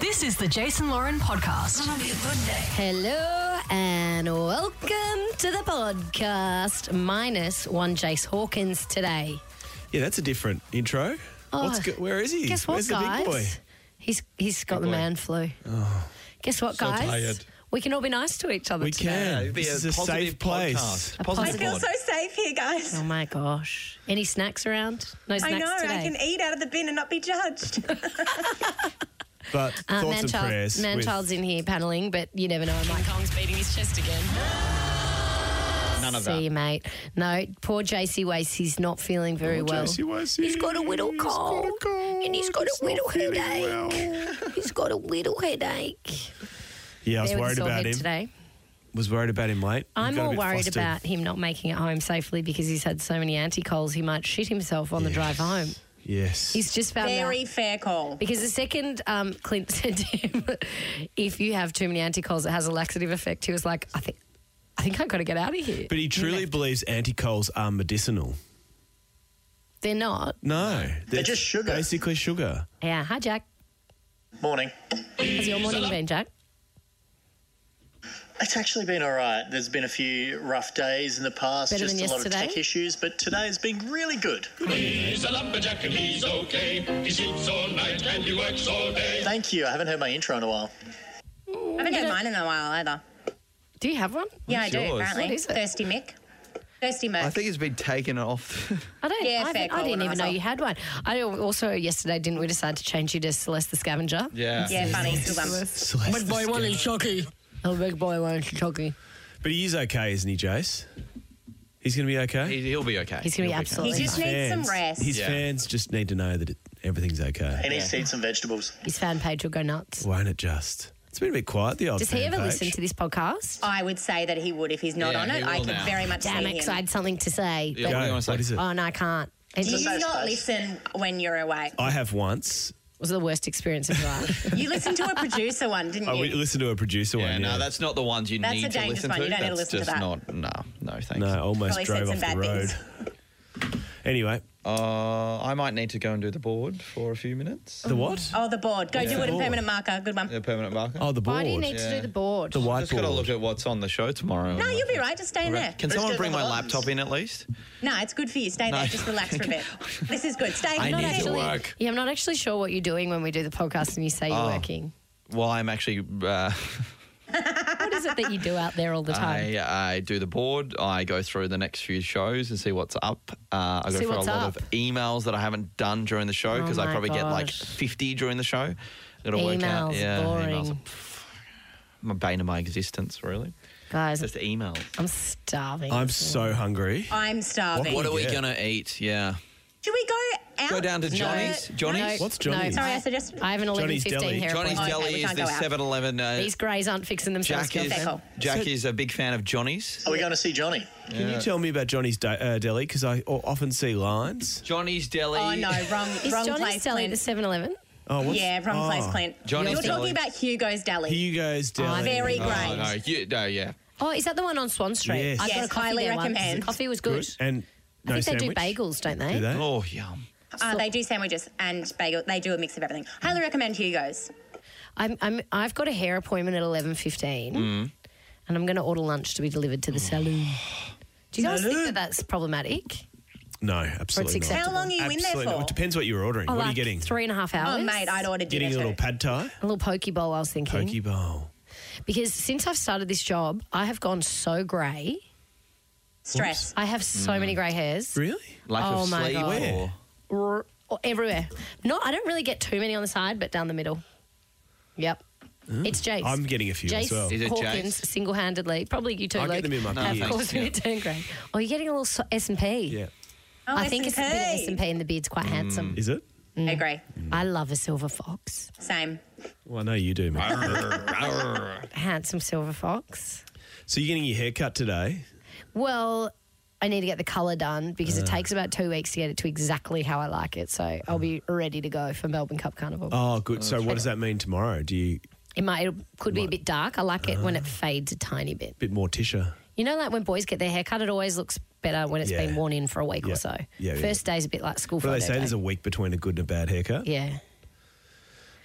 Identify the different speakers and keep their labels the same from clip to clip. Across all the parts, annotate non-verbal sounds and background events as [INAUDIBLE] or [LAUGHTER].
Speaker 1: This is the Jason Lauren podcast.
Speaker 2: Hello and welcome to the podcast. Minus one Jace Hawkins today.
Speaker 3: Yeah, that's a different intro.
Speaker 2: Oh,
Speaker 3: What's go- where is he?
Speaker 2: Guess what,
Speaker 3: Where's
Speaker 2: guys?
Speaker 3: the big boy?
Speaker 2: He's he's got the
Speaker 3: boy. Oh.
Speaker 2: man flu. Guess what, guys?
Speaker 3: tired.
Speaker 2: We can all be nice to each other
Speaker 3: We
Speaker 2: today.
Speaker 3: can.
Speaker 4: Uh, it'd be
Speaker 3: this
Speaker 4: a
Speaker 3: is a
Speaker 4: positive
Speaker 3: safe place.
Speaker 2: Uh,
Speaker 4: podcast. Positive
Speaker 2: I feel
Speaker 4: one.
Speaker 5: so safe here, guys.
Speaker 2: Oh my gosh! Any snacks around? No snacks
Speaker 5: I know,
Speaker 2: today.
Speaker 5: I can eat out of the bin and not be judged.
Speaker 3: But
Speaker 2: uh,
Speaker 3: thoughts and
Speaker 2: Manchild-
Speaker 3: prayers. with-
Speaker 2: Manchild's in here paneling, but you never know. I might
Speaker 1: Kong's beating his chest again.
Speaker 4: None of
Speaker 2: see you,
Speaker 4: that.
Speaker 2: mate. No, poor JC Wace. He's not feeling very well.
Speaker 3: Jesse, why is
Speaker 2: He's
Speaker 3: he-
Speaker 2: got a little
Speaker 3: he's got a
Speaker 2: cold, and he's got
Speaker 3: He's
Speaker 2: a
Speaker 3: not
Speaker 2: little
Speaker 3: feeling
Speaker 2: headache.
Speaker 3: well.
Speaker 2: [LAUGHS] He's got a little headache.
Speaker 3: Yeah, I was
Speaker 2: There with a
Speaker 3: worried
Speaker 2: sore
Speaker 3: about
Speaker 2: head
Speaker 3: him.
Speaker 2: today.
Speaker 3: Was worried about him late.
Speaker 2: I'm
Speaker 3: He got a
Speaker 2: more
Speaker 3: bit
Speaker 2: worried
Speaker 3: flustered.
Speaker 2: about him not making it home safely because he's had so many anti-colds he might shit himself on the drive home.
Speaker 3: Yes.
Speaker 2: He's just found
Speaker 5: Very
Speaker 2: out.
Speaker 5: fair call.
Speaker 2: Because the second um, Clint [LAUGHS] said to him, if you have too many anti-colds, it has a laxative effect. He was like, I think, I think I've got to get out of here.
Speaker 3: but he truly believes anti-coals are medicinal.
Speaker 2: They're not.
Speaker 3: No, they're,
Speaker 6: just sugar.
Speaker 3: Basically sugar.
Speaker 2: Yeah. Hi, Jack.
Speaker 6: Morning.
Speaker 2: How's your morning been, Jack?
Speaker 6: It's actually been all right. There's been a few rough days in the past,
Speaker 2: Better
Speaker 6: just
Speaker 2: than
Speaker 6: a lot of
Speaker 2: yesterday?
Speaker 6: tech issues, but today has been really good.
Speaker 7: He's a lumberjack and he's okay. He sleeps all night and he works all day.
Speaker 6: Thank you. I haven't heard my intro in a while.
Speaker 5: I haven't had mine in a while either.
Speaker 2: Do you have one?
Speaker 5: Yeah, I
Speaker 4: What's
Speaker 5: do,
Speaker 4: yours?
Speaker 5: apparently.
Speaker 2: What is it?
Speaker 5: Thirsty Mick. Thirsty Mick.
Speaker 4: I think it's been taken [LAUGHS] off.
Speaker 2: I don't.
Speaker 5: Yeah,
Speaker 2: I,
Speaker 5: fair
Speaker 2: haven't- I
Speaker 5: call,
Speaker 2: didn't even know
Speaker 5: Nigel.
Speaker 2: you had one. I al- also yesterday didn't we decide to change you to Celeste the Scavenger?
Speaker 4: yeah.
Speaker 5: yeah, funny. Still bum.
Speaker 3: Celeste is good.
Speaker 2: Chucky. Oh, big boy one Chucky.
Speaker 3: But he is okay, isn't he, Jace? He's going to be okay.
Speaker 4: He, will be okay.
Speaker 2: He's gonna be
Speaker 4: He'll
Speaker 2: absolutely-
Speaker 5: He just needs some
Speaker 3: Fans-
Speaker 5: rest.
Speaker 3: His
Speaker 4: Yeah.
Speaker 3: fans just need to know that it, everything's okay.
Speaker 6: He needs to eat some vegetables.
Speaker 2: His fan page will go nuts.
Speaker 3: Won't it just? It's been a bit quiet. The old.
Speaker 2: Does he
Speaker 3: fan
Speaker 2: ever
Speaker 3: page.
Speaker 2: listen to this podcast?
Speaker 5: I would say that he would if he's not
Speaker 4: Yeah,
Speaker 5: on
Speaker 4: he
Speaker 5: it. I
Speaker 4: will
Speaker 5: could
Speaker 4: now.
Speaker 5: very much
Speaker 2: Damn
Speaker 5: see
Speaker 2: it, 'cause
Speaker 5: him.
Speaker 2: I had something to say.
Speaker 4: Yeah, what do you want to say?
Speaker 3: What is it?
Speaker 2: Oh, and I can't. It
Speaker 5: Do
Speaker 2: was,
Speaker 5: you
Speaker 6: Safe
Speaker 5: not
Speaker 6: space.
Speaker 5: listen when you're awake?
Speaker 3: I have once.
Speaker 2: was the worst experience of my
Speaker 4: [LAUGHS]
Speaker 2: life.
Speaker 5: You listened to a producer one, didn't
Speaker 3: I
Speaker 5: you?
Speaker 3: Oh, we listened to a producer
Speaker 4: Yeah,
Speaker 3: one.
Speaker 4: no, that's not the ones you
Speaker 5: That's a
Speaker 4: need to
Speaker 5: dangerous
Speaker 4: listen
Speaker 5: one.
Speaker 4: to.
Speaker 5: You don't need to
Speaker 4: That's
Speaker 5: listen to
Speaker 4: just not. No, no, thanks.
Speaker 3: no, I almost
Speaker 5: Probably said
Speaker 3: drove
Speaker 5: some
Speaker 3: off the
Speaker 5: bad
Speaker 3: road.
Speaker 5: things.
Speaker 3: [LAUGHS] anyway,
Speaker 4: Uh, I might need to go and do the board for a few minutes.
Speaker 3: the what?
Speaker 5: Oh, the board. Go do it in
Speaker 3: board.
Speaker 5: permanent marker. Good one.
Speaker 4: The permanent marker.
Speaker 3: Oh, the board.
Speaker 2: Why do you need to do
Speaker 4: Yeah.
Speaker 2: the board?
Speaker 3: the whiteboard.
Speaker 4: just got to look at what's on the show tomorrow.
Speaker 5: No, you'll be right. Just stay in there.
Speaker 4: Can
Speaker 6: Let's
Speaker 4: someone
Speaker 6: go
Speaker 4: bring
Speaker 6: by
Speaker 4: my
Speaker 6: the buttons.
Speaker 4: laptop in at least?
Speaker 5: No, it's good for you. Stay there.
Speaker 4: No.
Speaker 5: Just relax for
Speaker 4: [LAUGHS]
Speaker 5: a bit. This is good. Stay.
Speaker 4: I
Speaker 5: not
Speaker 4: need to
Speaker 5: actually-
Speaker 4: work. Oh.
Speaker 2: Yeah, I'm not actually sure what you're doing when we do the podcast and you say you're working.
Speaker 4: Well, I'm actually. Uh,
Speaker 2: What is it that you do out there all the time?
Speaker 4: I, I do the board. I go through the next few shows and see what's up. Uh, I go
Speaker 2: See
Speaker 4: through a
Speaker 2: what's
Speaker 4: lot
Speaker 2: up.
Speaker 4: of emails that I haven't done during the show
Speaker 2: Oh
Speaker 4: because I
Speaker 2: my
Speaker 4: probably get like
Speaker 2: gosh.
Speaker 4: 50 during the show. Got to work out.
Speaker 2: Emails,
Speaker 4: Yeah, emails.
Speaker 2: boring.
Speaker 4: Are, my bane of my existence, really.
Speaker 2: Guys,
Speaker 4: Just emails.
Speaker 2: I'm starving.
Speaker 3: I'm so hungry.
Speaker 5: I'm starving.
Speaker 4: What are we
Speaker 3: Yeah.
Speaker 4: gonna eat? Yeah,
Speaker 5: Should we go out?
Speaker 4: go down to
Speaker 5: No.
Speaker 4: Johnny's. Johnny's.
Speaker 3: What's Johnny's?
Speaker 5: Sorry, I suggested.
Speaker 2: I have an
Speaker 3: Johnny's
Speaker 2: 11.15
Speaker 3: Deli.
Speaker 2: hair
Speaker 4: Johnny's
Speaker 2: appointment.
Speaker 5: Deli.
Speaker 4: Deli
Speaker 5: we
Speaker 4: is
Speaker 5: can't
Speaker 4: the
Speaker 5: go out.
Speaker 4: 7-Eleven. Uh,
Speaker 2: These greys aren't fixing themselves.
Speaker 4: Jack is
Speaker 2: girlfriend.
Speaker 5: Fickle.
Speaker 4: Jack is a big fan of Johnny's.
Speaker 6: Are we going to see Johnny?
Speaker 3: Can you tell me about Johnny's da- uh, deli? Because I o- often see lines.
Speaker 4: Johnny's Deli.
Speaker 5: Oh no, wrong,
Speaker 2: Is
Speaker 5: wrong
Speaker 2: Johnny's
Speaker 5: place,
Speaker 2: Deli
Speaker 5: Clint.
Speaker 2: the 7-Eleven?
Speaker 3: Oh, what's,
Speaker 5: yeah, wrong place,
Speaker 3: oh.
Speaker 5: Clint.
Speaker 4: Johnny's
Speaker 5: You're
Speaker 4: Deli.
Speaker 5: talking about Hugo's Deli.
Speaker 3: Hugo's deli.
Speaker 5: Very
Speaker 4: Oh,
Speaker 5: great.
Speaker 4: no, you, no, yeah.
Speaker 2: Oh, is that the one on Swan Street?
Speaker 3: Yes.
Speaker 2: I got a
Speaker 5: Yes,
Speaker 2: coffee
Speaker 5: highly
Speaker 2: there once.
Speaker 5: recommend.
Speaker 2: Coffee was good.
Speaker 3: good. And
Speaker 2: I
Speaker 3: no
Speaker 2: think
Speaker 3: sandwich.
Speaker 2: they do eh? bagels, don't they?
Speaker 3: Do they?
Speaker 4: Oh yum.
Speaker 5: Uh, they do sandwiches and bagel. They do a mix of everything.
Speaker 3: Mm.
Speaker 5: Highly recommend Hugo's.
Speaker 2: I'm, I'm, I've got a hair appointment at 11.15
Speaker 3: Mm.
Speaker 2: and I'm going to order lunch to be delivered to the
Speaker 3: Oh.
Speaker 2: saloon. Do you guys think that that's problematic?
Speaker 3: No, absolutely
Speaker 2: acceptable.
Speaker 3: not.
Speaker 5: How long are you
Speaker 3: Absolutely
Speaker 5: in there
Speaker 3: not.
Speaker 5: for?
Speaker 3: It depends what you're ordering. what are you
Speaker 2: Like
Speaker 3: getting?
Speaker 2: Three and a half
Speaker 5: Oh,
Speaker 2: hours.
Speaker 5: mate, I'd order dinner
Speaker 3: Getting a little
Speaker 5: too.
Speaker 3: pad thai,
Speaker 2: A little poke bowl, I was thinking.
Speaker 3: poke bowl.
Speaker 2: Because since I've started this job, I have gone so grey.
Speaker 5: Stress.
Speaker 2: I have so
Speaker 3: Mm.
Speaker 2: many grey hairs.
Speaker 3: Really?
Speaker 4: Lack
Speaker 2: Oh,
Speaker 4: of
Speaker 2: my
Speaker 4: sleep.
Speaker 2: God.
Speaker 4: Or,
Speaker 2: R- or everywhere. No, I don't really get too many on the side, but down the middle. Yep. It's Jace.
Speaker 3: Mm. I'm getting a few
Speaker 2: Jace
Speaker 3: as well.
Speaker 4: Is it
Speaker 2: Hawkins
Speaker 4: Jace?
Speaker 2: single-handedly, probably you two,
Speaker 3: I'll get
Speaker 2: Luke,
Speaker 3: them in my
Speaker 2: have
Speaker 3: beard.
Speaker 2: caused me to turn grey. Oh, you're getting a little so- S&P.
Speaker 3: Yeah.
Speaker 5: Oh,
Speaker 2: I think it's a bit
Speaker 5: S&P.
Speaker 2: of S&P and the beard's quite handsome.
Speaker 3: Is it?
Speaker 5: I agree.
Speaker 3: Mm.
Speaker 2: I love a silver fox.
Speaker 5: Same.
Speaker 3: Well, I know you do, mate.
Speaker 2: Handsome silver fox.
Speaker 3: [LAUGHS] so you're getting your hair cut today.
Speaker 2: Well, I need to get the colour done because it takes about two weeks to get it to exactly how I like it. So I'll be ready to go for Melbourne Cup Carnival.
Speaker 3: Oh, good. So what does that mean tomorrow? Do you
Speaker 2: It might, it could be a bit dark. I like it when
Speaker 3: Ah.
Speaker 2: it fades a tiny bit.
Speaker 3: bit more Tisha?
Speaker 2: You know, like when boys get their hair cut, it always looks better when it's
Speaker 3: Yeah.
Speaker 2: been worn in for a week
Speaker 3: Yeah.
Speaker 2: or so.
Speaker 3: Yeah, yeah.
Speaker 2: First day's a bit like school
Speaker 3: What do
Speaker 2: photo
Speaker 3: they say?
Speaker 2: day.
Speaker 3: There's a week between a good and a bad haircut.
Speaker 2: yeah.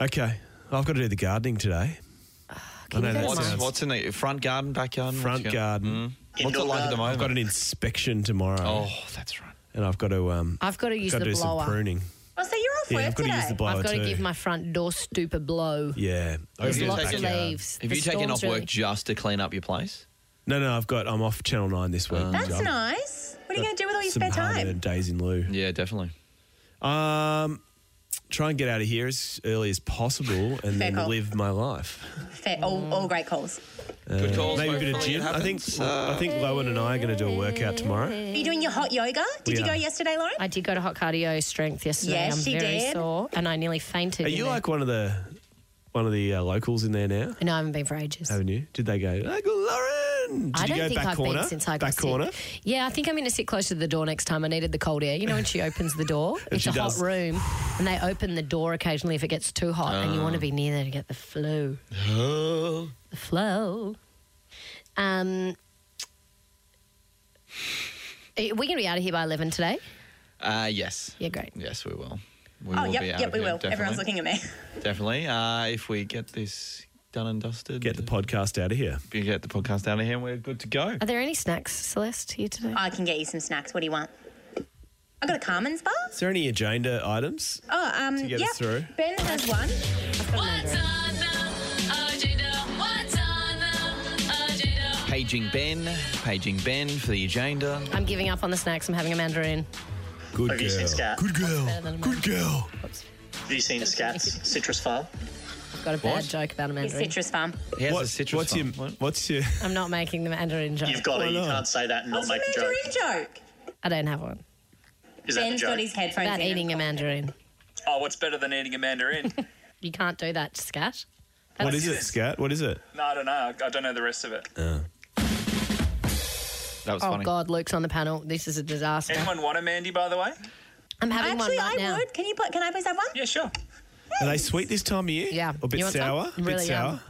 Speaker 3: Okay. I've got to do the gardening today.
Speaker 2: Can
Speaker 3: I
Speaker 2: you go
Speaker 3: know that
Speaker 2: to
Speaker 4: What's,
Speaker 3: sounds-
Speaker 2: mine?
Speaker 4: what's in the front garden, backyard? What's
Speaker 3: Front
Speaker 4: going-
Speaker 3: garden.
Speaker 4: What's it
Speaker 6: Indoor
Speaker 4: like at the
Speaker 6: garden.
Speaker 4: moment?
Speaker 3: I've got an inspection tomorrow,
Speaker 4: oh, that's right.
Speaker 3: and I've got to. Um,
Speaker 2: I've got to use
Speaker 3: got to
Speaker 2: the
Speaker 3: do
Speaker 2: blower.
Speaker 3: some pruning.
Speaker 5: Oh, so you're off
Speaker 3: Yeah,
Speaker 5: work
Speaker 3: I've got
Speaker 5: today.
Speaker 3: to use the blower
Speaker 2: I've got
Speaker 3: too.
Speaker 2: to give my front door stoop a blow.
Speaker 3: yeah.
Speaker 2: There's
Speaker 3: Over in the
Speaker 2: lots of
Speaker 4: taken-
Speaker 3: backyard.
Speaker 2: leaves.
Speaker 4: Have
Speaker 2: The
Speaker 4: you taken off
Speaker 2: storm's
Speaker 4: work
Speaker 2: really-
Speaker 4: just to clean up your place?
Speaker 3: No, no. I've got. I'm off Channel Nine this week.
Speaker 5: That's
Speaker 3: I've
Speaker 5: nice. What are you
Speaker 3: got
Speaker 5: going to do with all your
Speaker 3: some
Speaker 5: spare
Speaker 3: hard-earned
Speaker 5: time?
Speaker 3: Days in lieu.
Speaker 4: Yeah, definitely.
Speaker 3: Um, try and get out of here as early as possible, and then
Speaker 5: call.
Speaker 3: live my life. Uh,
Speaker 5: Fair, all, all great calls.
Speaker 4: Good calls.
Speaker 3: Maybe a
Speaker 4: hopefully
Speaker 3: bit of
Speaker 4: it
Speaker 3: gym. I think.
Speaker 4: happens.
Speaker 3: I think Lowen and I are going to do a workout tomorrow.
Speaker 5: Are you doing your hot yoga? Did
Speaker 3: We
Speaker 5: you go
Speaker 3: are.
Speaker 5: yesterday, Lauren?
Speaker 2: I did go to hot cardio strength yesterday.
Speaker 5: Yes,
Speaker 2: I'm
Speaker 5: she
Speaker 2: very
Speaker 5: did.
Speaker 2: sore and I nearly fainted.
Speaker 3: Are
Speaker 2: in
Speaker 3: you
Speaker 2: there.
Speaker 3: like one of the one of the uh, locals in there now?
Speaker 2: No, I haven't been for ages.
Speaker 3: Haven't you? Did they go? I go Lauren. Did
Speaker 2: I don't
Speaker 3: you go
Speaker 2: think
Speaker 3: back
Speaker 2: I've
Speaker 3: corner?
Speaker 2: been since I got
Speaker 3: back
Speaker 2: sick.
Speaker 3: corner.
Speaker 2: Yeah, I think I'm going to sit closer to the door next time. I needed the cold air. You know when she opens the
Speaker 3: [LAUGHS]
Speaker 2: door, it's
Speaker 3: she
Speaker 2: a
Speaker 3: does.
Speaker 2: hot room, and they open the door occasionally if it gets too hot, and you want to be near there to get the
Speaker 3: [GASPS]
Speaker 2: flu. the flu. Um, we're going to be out of here by eleven today.
Speaker 4: Uh, yes.
Speaker 2: Yeah, great.
Speaker 4: Yes, we will. We
Speaker 5: oh,
Speaker 4: will
Speaker 5: yep,
Speaker 4: be out
Speaker 5: yep,
Speaker 4: of
Speaker 5: we
Speaker 4: here,
Speaker 5: will.
Speaker 4: definitely.
Speaker 5: Everyone's looking at me.
Speaker 4: Definitely. Uh, if we get this done and dusted,
Speaker 3: Get the podcast out of here.
Speaker 4: we get the podcast down here, we're good to go.
Speaker 2: Are there any snacks, Celeste, here today?
Speaker 5: I can get you some snacks. What do you want? I got a Carmen's bar.
Speaker 3: Is there any agenda items?
Speaker 5: Oh, um,
Speaker 3: To get
Speaker 5: yep.
Speaker 3: us through.
Speaker 5: Ben has one.
Speaker 8: What's on the agenda? What's on the agenda?
Speaker 4: Paging Ben, paging Ben for the agenda.
Speaker 2: I'm giving up on the snacks. I'm having a mandarin.
Speaker 3: Good
Speaker 6: Have you seen
Speaker 3: girl.
Speaker 6: Scat?
Speaker 3: Good girl. Oh, Good girl.
Speaker 6: Have you seen Scat's citrus file?
Speaker 2: Got a bad joke about a
Speaker 5: His
Speaker 2: mandarin.
Speaker 5: citrus farm.
Speaker 4: He has
Speaker 3: What-
Speaker 4: a citrus
Speaker 3: what's your
Speaker 4: farm. What?
Speaker 3: What's your
Speaker 2: I'm not making the mandarin joke.
Speaker 6: You've got it. You
Speaker 3: not?
Speaker 6: can't say that and not
Speaker 5: What's your
Speaker 6: make a joke.
Speaker 5: mandarin joke?
Speaker 2: I don't have one.
Speaker 6: Is that the
Speaker 5: Ben's
Speaker 6: joke?
Speaker 5: got his headphones
Speaker 2: About
Speaker 5: in.
Speaker 2: eating a mandarin.
Speaker 9: Oh, what's better than eating a mandarin?
Speaker 2: You can't do that, scat.
Speaker 3: what is it, Scat? What is it?
Speaker 9: no, I don't know. I don't know the rest of it.
Speaker 4: That was
Speaker 2: Oh
Speaker 4: funny.
Speaker 2: God, Luke's on the panel. This is a disaster.
Speaker 9: Anyone want a Mandy, by the way?
Speaker 2: I'm having
Speaker 5: Actually,
Speaker 2: one right
Speaker 5: I
Speaker 2: now.
Speaker 5: would. Can you put? Can I please have one?
Speaker 9: Yeah, sure.
Speaker 3: Are they sweet this time of year?
Speaker 2: Yeah.
Speaker 3: A bit
Speaker 2: You want some?
Speaker 3: sour. A bit
Speaker 2: Really
Speaker 3: sour.
Speaker 2: yum.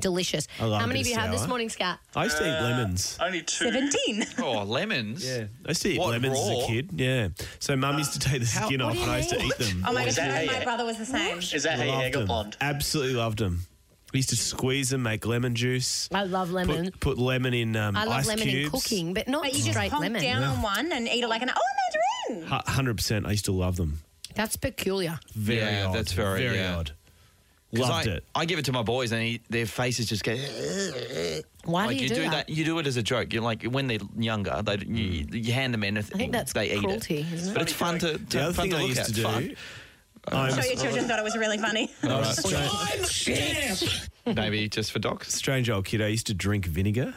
Speaker 2: Delicious.
Speaker 3: I love
Speaker 2: How many
Speaker 3: a
Speaker 2: of
Speaker 3: bit
Speaker 2: you
Speaker 3: of
Speaker 2: had this
Speaker 3: sour.
Speaker 2: morning, Scat?
Speaker 3: I used to
Speaker 4: Uh,
Speaker 3: eat lemons.
Speaker 9: Only two.
Speaker 5: Seventeen.
Speaker 4: Oh, lemons.
Speaker 3: I used to eat
Speaker 4: What,
Speaker 3: lemons as
Speaker 4: raw?
Speaker 3: a kid. Yeah. So mum used to take the skin
Speaker 2: what
Speaker 3: off
Speaker 2: do you
Speaker 3: and I used to
Speaker 2: mean?
Speaker 3: eat them.
Speaker 5: Oh my
Speaker 6: Is
Speaker 5: gosh,
Speaker 6: that
Speaker 5: my
Speaker 6: how-
Speaker 5: brother was the same.
Speaker 6: Is that how you
Speaker 3: Loved
Speaker 6: egg
Speaker 3: them.
Speaker 6: blonde?
Speaker 3: Absolutely loved them. We used to squeeze them, make lemon juice.
Speaker 2: I love lemon.
Speaker 3: Put, put lemon in um,
Speaker 2: I love
Speaker 3: ice
Speaker 2: lemon
Speaker 3: cubes.
Speaker 2: in cooking, but not
Speaker 5: But you just
Speaker 2: straight
Speaker 5: honk
Speaker 2: lemon.
Speaker 5: down on one and eat it like an oh a mandarin.
Speaker 3: Hu- 100%. I used to love them.
Speaker 2: That's peculiar.
Speaker 3: Very
Speaker 4: Yeah,
Speaker 3: odd.
Speaker 4: that's very-
Speaker 3: very
Speaker 4: yeah.
Speaker 3: odd.
Speaker 4: 'Cause
Speaker 3: Loved
Speaker 4: I,
Speaker 3: it.
Speaker 4: I give it to my boys, and he, their faces just go.
Speaker 2: Why
Speaker 4: like
Speaker 2: do you, do, that?
Speaker 4: You do it as a joke. You're like when they're younger, they you, you hand them anything.
Speaker 2: Hmm. I think that's
Speaker 4: they
Speaker 2: cruelty,
Speaker 4: eat it.
Speaker 2: isn't it?
Speaker 4: But it's fun to, to
Speaker 3: The other
Speaker 4: fun
Speaker 3: thing
Speaker 4: to
Speaker 3: I
Speaker 4: look
Speaker 3: used
Speaker 4: at.
Speaker 3: to do. [LAUGHS]
Speaker 4: Fun.
Speaker 3: I was,
Speaker 5: I'm sure your children thought it was really
Speaker 3: [LAUGHS]
Speaker 5: funny.
Speaker 3: I was a strange,
Speaker 4: Maybe just for docs.
Speaker 3: strange old kid. I used to drink vinegar.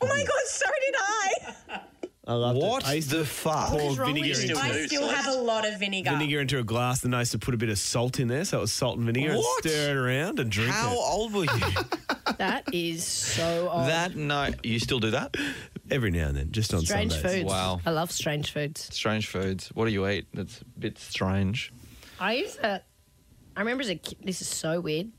Speaker 5: Oh my god, so did I.
Speaker 3: I loved
Speaker 4: What
Speaker 3: it. I used
Speaker 4: the
Speaker 3: to
Speaker 4: fuck?
Speaker 3: pour vinegar,
Speaker 6: you?
Speaker 3: into,
Speaker 6: Still
Speaker 5: I
Speaker 6: do,
Speaker 5: still
Speaker 6: Celeste.
Speaker 5: have a lot of vinegar.
Speaker 3: vinegar into a glass, then I used to put a bit of salt in there, so it was salt and vinegar,
Speaker 4: What?
Speaker 3: and stir it around and drink
Speaker 4: How
Speaker 3: it
Speaker 4: old were you?
Speaker 2: That is
Speaker 3: [LAUGHS]
Speaker 2: so odd.
Speaker 4: that no, you still do that?
Speaker 3: every now and then, just on
Speaker 2: strange
Speaker 3: Sundays.
Speaker 2: foods.
Speaker 4: Wow.
Speaker 2: I love strange foods.
Speaker 4: Strange foods. What do you eat? That's a bit strange.
Speaker 2: I used to. I remember as a kid. This is so weird.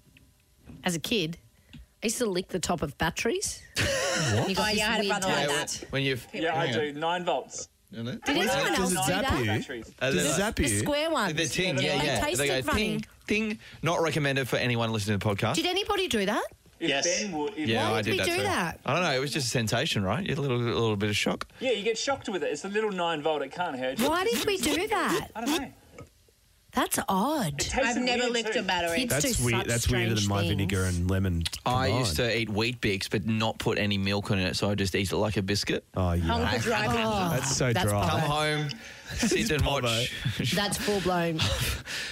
Speaker 2: As a kid, I used to lick the top of batteries. You got
Speaker 5: Oh,
Speaker 2: this
Speaker 5: yeah, I had a
Speaker 2: weird
Speaker 5: brother like
Speaker 2: taste.
Speaker 5: that.
Speaker 4: when, when you've
Speaker 9: Yeah, I
Speaker 4: hang on.
Speaker 9: do. Nine volts.
Speaker 4: Isn't it?
Speaker 2: Did anyone
Speaker 3: Does
Speaker 2: else
Speaker 3: it
Speaker 2: do
Speaker 9: Nine
Speaker 3: zap
Speaker 2: that?
Speaker 3: you?
Speaker 9: batteries.
Speaker 4: And
Speaker 3: Does
Speaker 4: then
Speaker 3: it
Speaker 4: I-
Speaker 3: zap
Speaker 2: The
Speaker 3: you?
Speaker 2: square ones.
Speaker 4: The ting, yeah,
Speaker 2: They
Speaker 4: yeah. They
Speaker 2: tasted
Speaker 4: go
Speaker 2: funny.
Speaker 4: ting, ting. Not recommended for anyone listening to the podcast.
Speaker 2: Did anybody do that?
Speaker 9: If
Speaker 6: Yes.
Speaker 9: Ben would, if
Speaker 4: yeah,
Speaker 2: Why
Speaker 4: I
Speaker 2: did
Speaker 4: did
Speaker 2: we
Speaker 4: that
Speaker 2: do
Speaker 4: too.
Speaker 2: that?
Speaker 4: I don't know. It was just a sensation, right? You had A little, a little bit of shock.
Speaker 9: yeah, you get shocked with it. It's a little nine volt. It can't hurt you.
Speaker 2: Why did we do that?
Speaker 9: I don't know.
Speaker 2: That's odd.
Speaker 9: It tasted
Speaker 5: I've never
Speaker 9: weird
Speaker 5: licked
Speaker 9: too.
Speaker 5: a battery.
Speaker 2: Kids
Speaker 3: That's
Speaker 2: do
Speaker 3: weird.
Speaker 2: such
Speaker 3: That's weirder than
Speaker 2: strange
Speaker 3: my
Speaker 2: things.
Speaker 3: vinegar and lemon.
Speaker 4: I
Speaker 3: combined.
Speaker 4: used to eat wheat bix, but not put any milk in it, so I just eat it like a biscuit.
Speaker 3: Oh
Speaker 5: Hung
Speaker 3: yeah,
Speaker 5: for dry mouth.
Speaker 3: that's so
Speaker 2: That's
Speaker 3: dry.
Speaker 4: Come
Speaker 2: Right.
Speaker 4: home, [LAUGHS] sit and watch. [LAUGHS]
Speaker 2: That's full blown.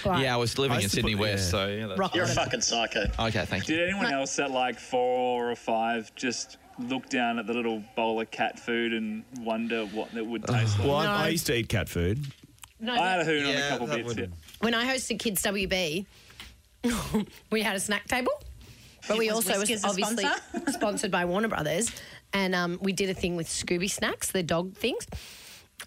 Speaker 2: Right.
Speaker 4: Yeah, I was
Speaker 3: I
Speaker 4: living in
Speaker 3: used to
Speaker 4: Sydney
Speaker 3: put-
Speaker 4: West,
Speaker 3: yeah.
Speaker 4: so yeah. That's...
Speaker 2: rock
Speaker 6: You're a
Speaker 2: bottom.
Speaker 5: [LAUGHS]
Speaker 6: fucking psycho.
Speaker 4: Okay, thank you.
Speaker 9: Did anyone else at like four or five just look down at the little bowl of cat food and wonder what it would taste like?
Speaker 3: Well, I- I
Speaker 2: No.
Speaker 3: used to eat cat food.
Speaker 2: No,
Speaker 9: I had a hoon on
Speaker 4: Yeah,
Speaker 9: a couple
Speaker 4: that
Speaker 9: bits.
Speaker 4: wouldn't-
Speaker 9: yeah.
Speaker 2: when I hosted Kids WB, [LAUGHS] we had a snack table, but we
Speaker 5: was
Speaker 2: also was
Speaker 5: Whiskers a
Speaker 2: obviously
Speaker 5: sponsor? [LAUGHS]
Speaker 2: sponsored by Warner Brothers, and um, we did a thing with Scooby Snacks, the dog things,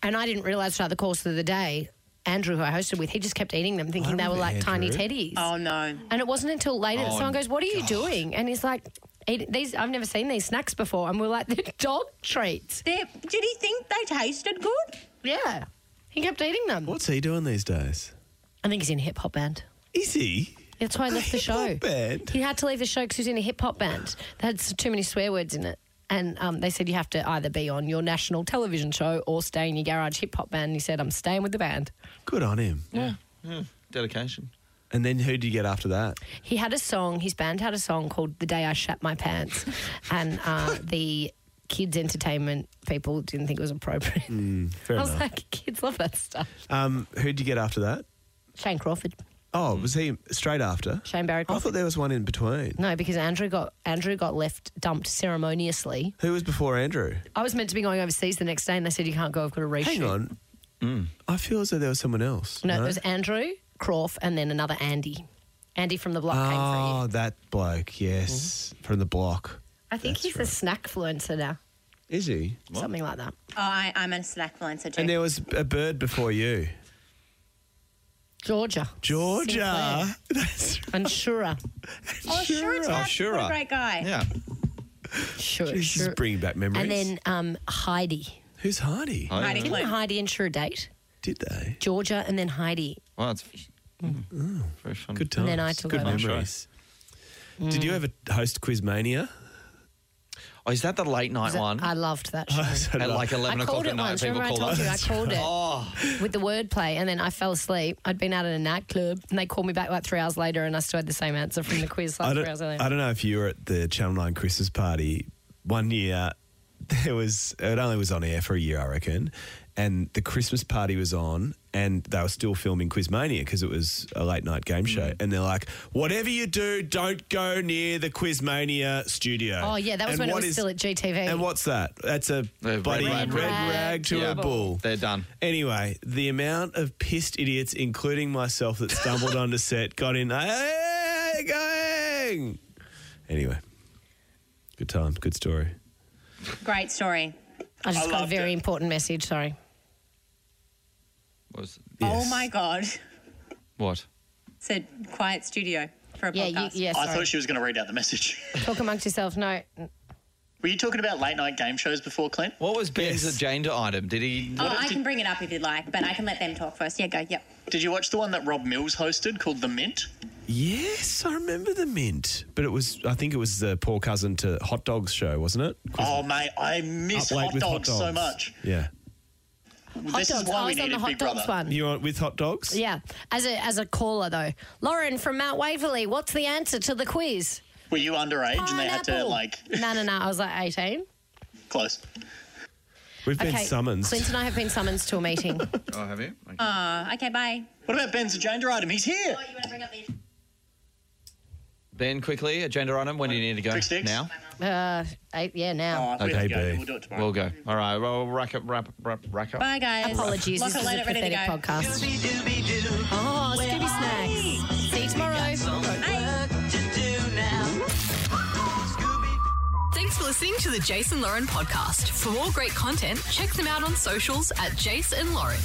Speaker 2: and I didn't realize throughout the course of the day. Andrew, who I hosted with, he just kept eating them, thinking they were
Speaker 3: remember
Speaker 2: like tiny
Speaker 3: Andrew.
Speaker 2: teddies.
Speaker 5: Oh no.
Speaker 2: And it wasn't until later that
Speaker 4: Oh,
Speaker 2: someone goes, "What are you doing?" And he's like, "Eat "These, I've never seen these snacks before." And we're like, "They're dog treats."
Speaker 5: They're, did he think they tasted good?
Speaker 2: Yeah, he kept eating them.
Speaker 3: What's he doing these days?
Speaker 2: I think he's in a hip hop band.
Speaker 3: Is he?
Speaker 2: That's why I left the show.
Speaker 3: hip-hop band?
Speaker 2: He had to leave the show because he was in a hip hop band. That had s- too many swear words in it. And um, they said you have to either be on your national television show or stay in your garage hip hop band. And he said, I'm staying with the band.
Speaker 3: Good on him.
Speaker 4: Dedication.
Speaker 3: And then who do you get after that?
Speaker 2: He had a song, his band had a song called The Day I Shat My
Speaker 3: [LAUGHS]
Speaker 2: Pants. and uh, the kids' entertainment people didn't think it was appropriate.
Speaker 3: Mm, Fair
Speaker 2: I was
Speaker 3: enough.
Speaker 2: like, kids love that stuff.
Speaker 3: um, who do you get after that?
Speaker 2: Shane Crawford,
Speaker 3: Oh,
Speaker 4: Hmm.
Speaker 3: was he straight after?
Speaker 2: Shane Barry
Speaker 3: I
Speaker 2: Crawford.
Speaker 3: thought there was one in between.
Speaker 2: No, because Andrew got Andrew got left dumped ceremoniously.
Speaker 3: Who was before Andrew?
Speaker 2: I was meant to be going overseas the next day, and they said you can't go. I've got a reshoot.
Speaker 3: Hang on.
Speaker 4: Mm.
Speaker 3: I feel as though there was someone else.
Speaker 2: No, it was Andrew Croft, and then another Andy. Andy from the block came for you. Mm-hmm.
Speaker 3: Oh, that bloke, yes. From the block.
Speaker 2: I think he's a snack fluencer now,
Speaker 3: Is he?
Speaker 2: something like that.
Speaker 5: Oh, I, I'm a slack influencer too.
Speaker 3: And there was a bird before you.
Speaker 2: Georgia,
Speaker 3: Georgia. That's
Speaker 2: and Shura,
Speaker 5: oh, sure,
Speaker 3: Shura.
Speaker 5: Tapp,
Speaker 4: Shura.
Speaker 5: What a great guy.
Speaker 4: Yeah.
Speaker 2: Shura,
Speaker 3: this is
Speaker 2: Shura.
Speaker 3: bringing back memories.
Speaker 2: and then um, Heidi.
Speaker 3: who's Hardy?
Speaker 4: Oh, yeah.
Speaker 5: Hiding
Speaker 2: Didn't
Speaker 5: clue.
Speaker 2: Heidi and Shura date?
Speaker 3: Did they?
Speaker 2: Georgia and then Heidi,
Speaker 4: Wow, it's hmm.
Speaker 2: Mm.
Speaker 4: very fun.
Speaker 3: Good times.
Speaker 2: And then I took
Speaker 3: Good
Speaker 2: over. Mm.
Speaker 3: memories. Did you ever host Quizmania? [LAUGHS]
Speaker 4: Oh, is that the late night one?
Speaker 2: I loved that
Speaker 3: [LAUGHS]
Speaker 2: show.
Speaker 4: At like
Speaker 2: I
Speaker 4: 11 o'clock
Speaker 2: called
Speaker 4: at
Speaker 2: it
Speaker 4: night,
Speaker 2: once.
Speaker 4: people
Speaker 2: Remember, I
Speaker 4: call
Speaker 2: told
Speaker 4: up.
Speaker 2: you I called it
Speaker 3: Oh.
Speaker 2: with the wordplay, and then I fell asleep. I'd been out at a nightclub, and they called me back like three hours later, and I still had the same answer from the quiz
Speaker 3: I
Speaker 2: like
Speaker 3: don't,
Speaker 2: three hours later.
Speaker 3: I don't know if you were at the Channel 9 Christmas party one year. [LAUGHS] There was it only was on air for a year, I reckon, and the Christmas party was on, and they were still filming Quizmania because it was a late night game show.
Speaker 2: Mm.
Speaker 3: And they're like, "Whatever you do, don't go near the Quizmania studio."
Speaker 2: Oh yeah, that was
Speaker 3: And
Speaker 2: when it
Speaker 3: what
Speaker 2: was
Speaker 3: is-
Speaker 2: still at GTV.
Speaker 3: And what's that? That's a
Speaker 4: red
Speaker 3: bloody red,
Speaker 4: rag.
Speaker 3: rag, to
Speaker 4: Yeah.
Speaker 3: a bull.
Speaker 4: [LAUGHS] They're done.
Speaker 3: Anyway, the amount of pissed idiots, including myself, that stumbled [LAUGHS] onto set, got in. Hey, going. Anyway, good time, good story.
Speaker 5: Great story.
Speaker 2: I just got
Speaker 6: I
Speaker 2: a
Speaker 6: loved
Speaker 2: very
Speaker 6: it.
Speaker 2: important message. Sorry.
Speaker 4: Was,
Speaker 5: Oh
Speaker 3: Yes.
Speaker 5: my God.
Speaker 4: what?
Speaker 5: Said quiet studio for a
Speaker 2: Yeah, you,
Speaker 5: podcast.
Speaker 2: yeah.
Speaker 6: I
Speaker 2: Sorry.
Speaker 6: thought she was going to read out the message. [LAUGHS]
Speaker 2: Talk amongst yourself. No,
Speaker 6: Were you talking about late night game shows before, Clint?
Speaker 4: What was Ben's
Speaker 3: Yes.
Speaker 4: agenda item? Did he?
Speaker 5: Oh, I can bring it up if you'd like, but I can let them talk first. Yeah, go. Yep.
Speaker 6: Did you watch the one that Rob Mills hosted called The Mint?
Speaker 3: Yes, I remember the mint, but it was. I think it was the poor cousin to Hot Dogs show, wasn't it?
Speaker 6: Oh, mate, I miss hot dogs, so much.
Speaker 3: Yeah,
Speaker 2: hot
Speaker 6: this
Speaker 2: dogs.
Speaker 6: is why
Speaker 2: I
Speaker 6: we
Speaker 2: was on
Speaker 6: needed
Speaker 2: the hot
Speaker 6: Big
Speaker 2: dogs
Speaker 6: Brother.
Speaker 2: one.
Speaker 3: you on with Hot Dogs?
Speaker 2: Yeah, as a as a caller though, Lauren from Mount Waverley. What's the answer to the quiz?
Speaker 6: Were you underage and they had to,
Speaker 2: Pineapple.
Speaker 6: like,
Speaker 2: [LAUGHS] no, no, no. I was like eighteen.
Speaker 6: close?
Speaker 3: we've been summoned.
Speaker 2: Clint and I have been summoned to a
Speaker 3: [LAUGHS]
Speaker 2: meeting.
Speaker 4: Oh, have you? Okay.
Speaker 5: Uh, okay, bye.
Speaker 6: What about Ben's agenda item? He's here.
Speaker 5: you want to bring up the
Speaker 4: ben, quickly, agenda item. When do you need to go?
Speaker 6: Quick sticks.
Speaker 4: Now.
Speaker 2: uh, eight, yeah, now.
Speaker 6: Oh, we have to go.
Speaker 3: Okay, B.
Speaker 6: We'll do it tomorrow.
Speaker 4: We'll go. All right. Well, we'll rack up, wrap, wrap, rack up.
Speaker 5: Bye, guys.
Speaker 6: Oh.
Speaker 2: Apologies.
Speaker 5: Lock
Speaker 2: this
Speaker 5: it,
Speaker 2: is
Speaker 5: let
Speaker 2: a
Speaker 5: it, ready to
Speaker 2: pathetic
Speaker 5: go.
Speaker 2: podcast. Oh, Scooby Snacks. See you tomorrow.
Speaker 1: Thanks for listening to the Jason Lauren podcast. For more great content, check them out on socials at Jason Lauren.